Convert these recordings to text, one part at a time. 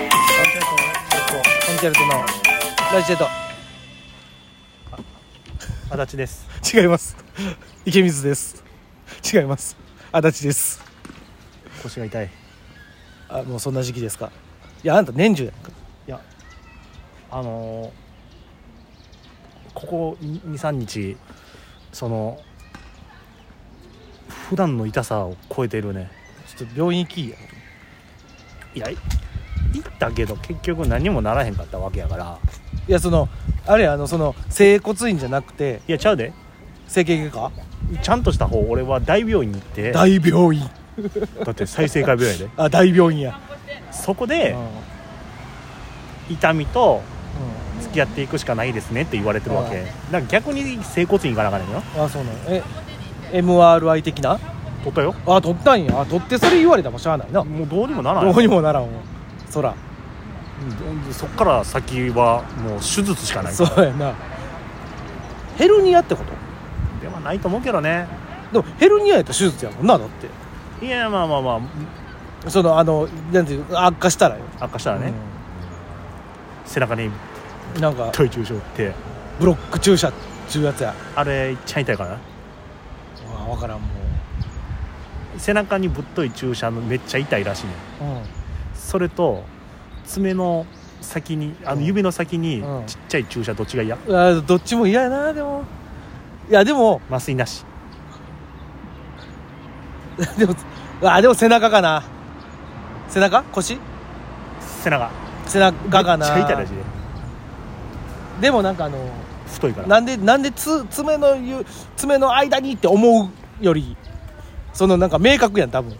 コンチェルトのラジチェッ足立ですト違います池水です違います足立です腰が痛いあもうそんな時期ですかいやあんた年中やんかいやあのーここ23日その普段の痛さを超えてるねちょっと病院行きやいやい行ったけど結局何もならへんかったわけやからいやそのあれやあのその整骨院じゃなくていやちゃうで整形外科ちゃんとした方俺は大病院に行ってだ大病院って再生回 病院やであ大病院や、そこうでんうん痛みと付き合っていくしかないですねって言われてるわけうんだから逆に整骨院行かなあかんねんよあそうなのえ MRI 的な取ったよあ取ったんやあ取ってそれ言われたらもうしゃあないなもうどうにもならないどうにもならんわそらうんそっから先はもう手術しかないそうやなヘルニアってことではないと思うけどねでもヘルニアやったら手術やもんなだっていやまあまあまそのあのなんていう悪化したらよあ悪化したらね、背中にうんなんか太い注射打ってブロック注射っちゅうやつやあれいっちゃ痛いからなあ分からんも背中にぶっとい注射のめっちゃ痛いらしいねんう、うん、それと爪の先にあのうん指の先にうんちっちゃい注射どっちが嫌あーどっちも嫌やなでもいやでも 麻酔なしでもあーでも背中かな背中腰背中背中かなめっちゃ痛いらしいねでもなんかあの太いからなんでなんでつ爪のゆ爪の間にって思うよりそのなんか明確やん多分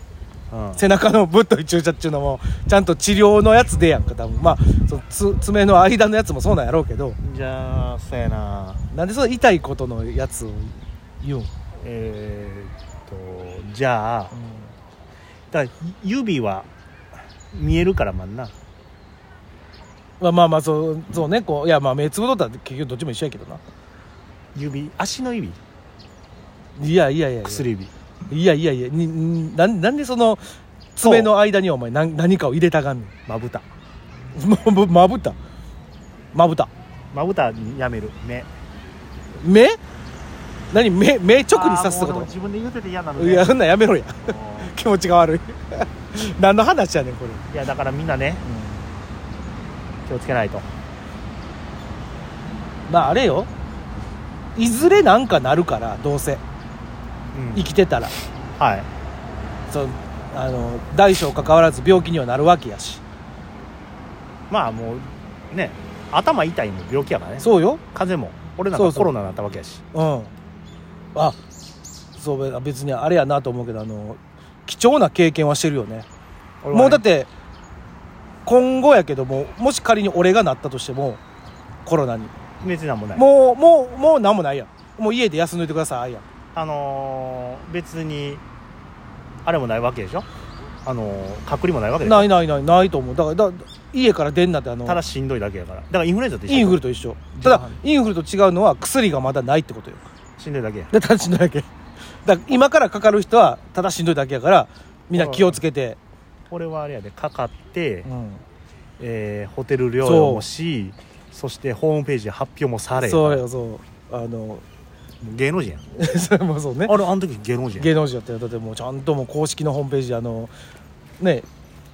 うん背中のぶっとい注射っていうのもちゃんと治療のやつでやんか多分まあそのつ爪の間のやつもそうなんやろうけどじゃあそうやななんでその痛いことのやつを言うん、えーっとじゃあだから指は見えるからまんなまあまあまあそうそうねこういやまあ目つぶとったら結局どっちも一緒やけどな指足の指いやいやいやいや薬指いやいやいやにになんなんでその爪の間にお前何何かを入れたがんねまぶたんまぶまぶたまぶたまぶたにやめる目目何目目直に刺すってあーもうでこも自分で言うてて嫌なのといやそんなんやめろや い気持ちが悪い 何の話やねんこれやだからみんなね気をつけないとまああれよいずれなんかなるからどうせ生いきてたらはいそうあの大小関わらず病気にはなるわけやしまあもうね頭痛いの病気やからねそうよ風邪も俺なんそかうそうコロナになったわけやしうんあそうべ別にあれやなと思うけどあの貴重な経験はしてるよね俺はねもうだって今後やけどももし仮に俺がなったとしてもコロナに別になんもないもうもうもうなんもないやんもう家で休んでいてくださいやんあのー別にあれもないわけでしょあのー隔離もないわけでしょないないないないと思うだからだ家から出んなってあのただしんどいだけやからだからインフルエンザと一緒インフルと一緒ただインフルと違うのは薬がまだないってことよしんどいだけやでただしんどいだけだから今からかかる人はただしんどいだけやからみんな気をつけて、俺はあれやでかかって、うんえーホテル療養もしそしてホームページで発表もされそうよそうあの 芸能人やんそれもそうねあれあの時芸能人やん芸能人やったよだってもうちゃんともう公式のホームページであのね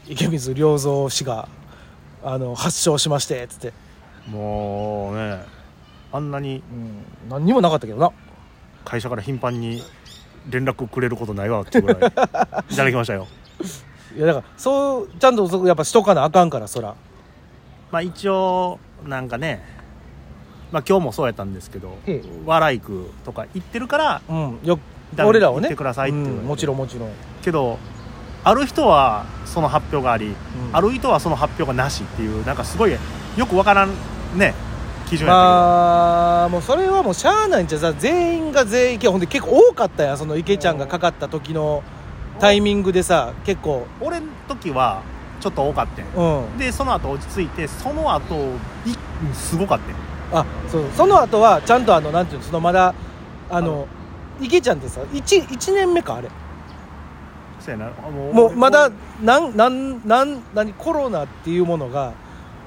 池水良三氏があの発症しましてっつって、もうねあんなにうん、何にもなかったけどな会社から頻繁に連絡くれることないわっていうぐ らいいただきましたよいやだからそうちゃんとそこやっぱしとかなあかんからそらまあ一応なんかねまあ今日もそうやったんですけどええ笑い区とか行ってるからうんよダメ俺らをね言ってくださいって言われてうんもちろんもちろん、けどある人はその発表があり、ある人はその発表がなしっていうなんかすごいよくわからんね基準やっまあもうそれはもうしゃあないんちゃうさ全員が全員ほんで結構多かったやんその池ちゃんがかかった時のタイミングでさ結構たけど俺の時はちょっと多かったんうんでその後落ち着いてその後いすごかったんあそうその後はちゃんとあのなんていうのそのまだあの池ちゃんってさ 1, 一年目かあれそうやなももうまだなんなんなん何コロナっていうものが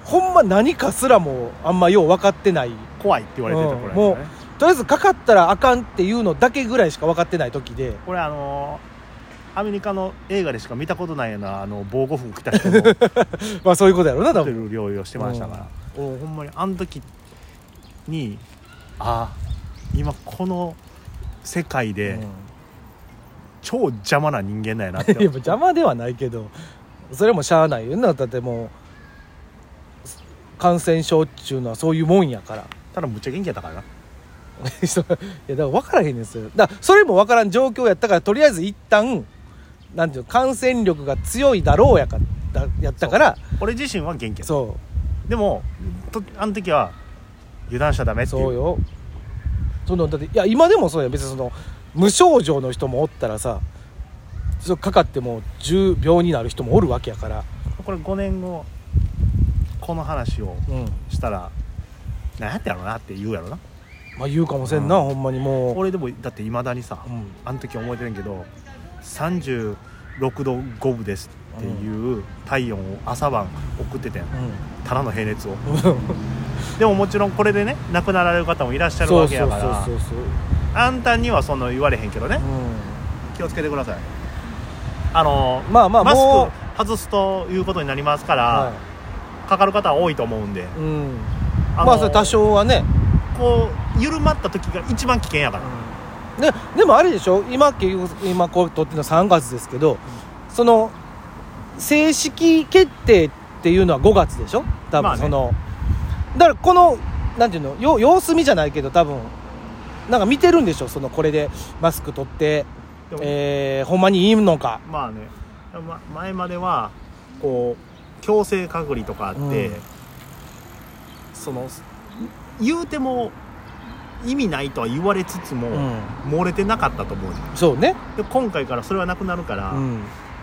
ほんま何かすらもあんまよう分かってない怖いって言われてたうんこれ、もうとりあえずかかったらあかんっていうのだけぐらいしか分かってない時でこれあのーアメリカの映画でしか見たことないようなあの防護服着た人もまあそういうことやろうな多ホテ分ル療養してましたから、おほんまにあの時にああ今この世界うんでいや超邪魔な人間だよなって もう邪魔ではないけどそれもしゃあないよなだってもう感染症っちゅうのはそういうもんやから ただむっちゃ元気やったからなそういやだから分からへんねんすよだからそれも分からん状況やったからとりあえず一旦なんていうの感染力が強いだろうやかだやったから俺自身は元気やったそでもとあの時は油断しちゃダメうってそういうよそのだっていや今でもそうや別にその無症状の人もおったらさそうかかっても重病になる人もおるわけやからこれ5年後この話をうんしたら何やってやろうなって言うやろなまあ言うかもせんな、うんほんまにもう、俺でもだっていまだにさ、うんあの時覚えてるんやけど36度5分ですっていう体温を朝晩送っててんただの 平熱をでももちろんこれでね亡くなられる方もいらっしうゃん、るそうわそけうやそうからそうそう、あんたにはそんな言われへんけどね気をつけてくださいあのうん、まあまあマスもク外すということになりますかう、らは、かかる方は多いと思うんで、いうん、のまあそれ多少はね、こう緩まった時が一番危険やから、ね、でもあれでしょ今結局今こう撮ってるの3月ですけど、その正式決定っていうのは5月でしょ多まあ分ねその、だからこのなんていうのよ様子見じゃないけど多分なんか見てるんでしょそのこれでマスク取って、でもえー、ほんまにいいのかまあね、ま、前まではこう強制隔離とかあって、うんその言うても意味ないとは言われつつも、うん漏れてなかったと思うじゃんそうね、で今回からそれはなくなるから、うん、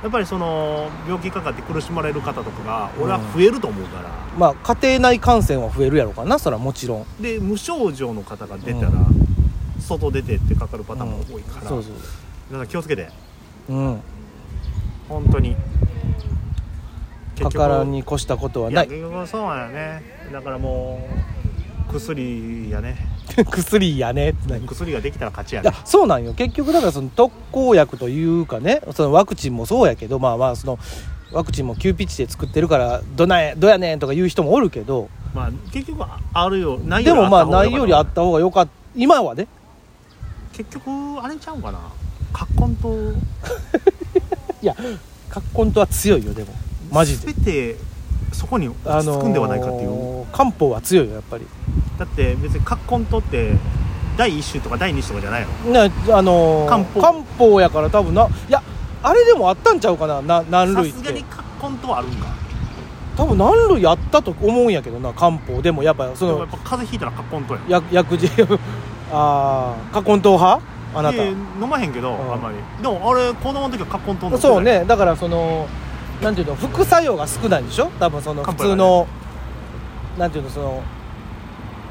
やっぱりその病気かかって苦しまれる方とかがうん俺は増えると思うから、まあ家庭内感染は増えるやろうかなそれはもちろんで無症状の方が出たら、う外出てってかかるパターンも多いから、そうそう皆さん気をつけてうん本当にかからんに越したことはいなやい結局そうなんやねだからもう薬やね 薬やねって何薬ができたら勝ちやいねやそうなんよ結局だからその特効薬というかねそのワクチンもそうやけどまあまあそのワクチンも急ピッチで作ってるからどないどやねんとか言う人もおるけどまあ結局ああるよないでよりもまあった方がないよりあった方がよかった今はね 結局あれちゃうんかな葛根といや葛根とは強いよでもマジで全てそこに落ち着くんではないかっていう、ー漢方は強いよやっぱりだって別に葛根とって第一種とか第二種とかじゃないのねあのー漢方漢方やから多分ないやあれでもあったんちゃうかなな何さ類っすがにて葛根とはあるんか多分何類あったと思うんやけどな漢方でもやっぱそでもやのっぱ風邪ひいたら葛根とやや薬事 ああ葛根湯派あなたいや飲まへんけど、んあんまりでも俺子供の時は葛根と飲んでたよそうねだからそのなんていうの副作用が少ないんでしょ多分その普漢方通の、なんていうのその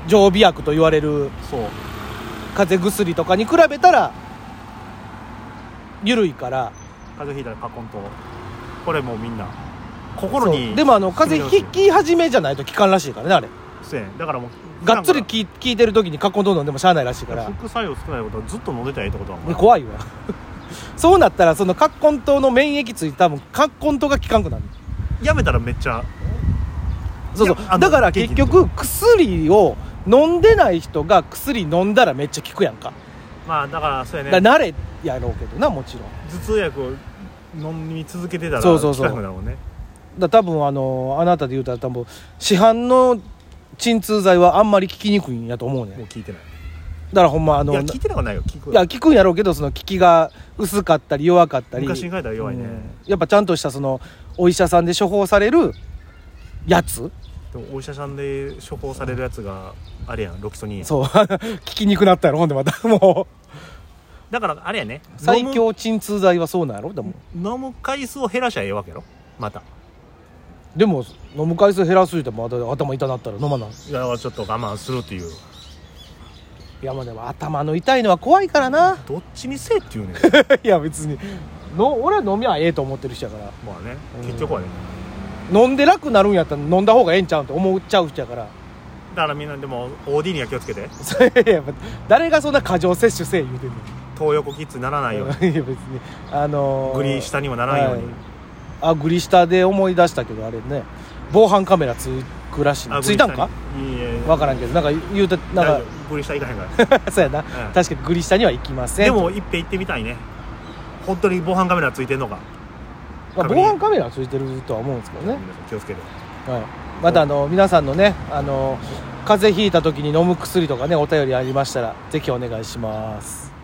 常備薬と言われるそう風邪薬とかに比べたら緩いから風邪ひいたらカコンとこれもうみんな心にそうでもあの風邪ひき始めじゃないと効かんらしいからねあれせんだからもうがっつり普効い効いてる時にカッコンどんどんでもしゃあないらしいか段からら副作用少ないことはずっと飲んでたらええってことはで怖いわ そうなったらそのカッコン糖の免疫ついた多分カッコン糖が効かんくなるやめたらめっちゃそうそいやあうのだから元気結の局薬を飲んでない人が薬飲んだらめっちゃ効くやんかまあだからそうやねだから慣れやろうけどなもちろん頭痛薬を飲み続けてたらそうそうそう効かなくなるもんねだから多分あのあなたで言うたら多分市販の鎮痛剤はあんまり効きにくいんやと思うねんもだうか聞いてないらほんまあのいいやや聞いてなくはないよ聞く効くんやろうけどその効きが薄かったり弱かったり昔に書いたら弱いね、うんやっぱちゃんとしたそのお医者さんで処方されるやつでもお医者さんで処方されるやつがあれやんロキソニンやんそう 効きにくなったやろほんでまたもうだからあれやね最強鎮痛剤はそうなんやろでも飲む飲む回数を減らしゃええわけやろまたでも飲む回数減らすといてもまた頭痛なったら飲まないいやちょっと我慢するっていういやまあでも頭の痛いのは怖いからな どっちにせえっていうねんいや別にの俺は飲みはええと思ってる人やからまあねうん結局はね、飲んで楽なるんやったら飲んだ方がええんちゃうんって思っちゃう人やから だからみんなでも OD には気をつけてそれやっぱ誰がそんな過剰摂取せえ言うてんの東横キッズにならないよう にいや別にあのーグリー下にもならんように、はいあグリ下で思い出したけどあれね防犯カメラつくらしいあのついたんかグリー下にいえいえ分からんけどなんか言うて大な丈ん夫グリー下行かへんからか そうやな、確かにグリ下には行きませんでも一平行ってみたいね本当に防犯カメラついてんのかまあ確認防犯カメラはついてるとは思うんですけどね、皆さん気をつけてはい、またあの皆さんのねあの風邪ひいた時に飲む薬とかねお便りありましたらぜひお願いします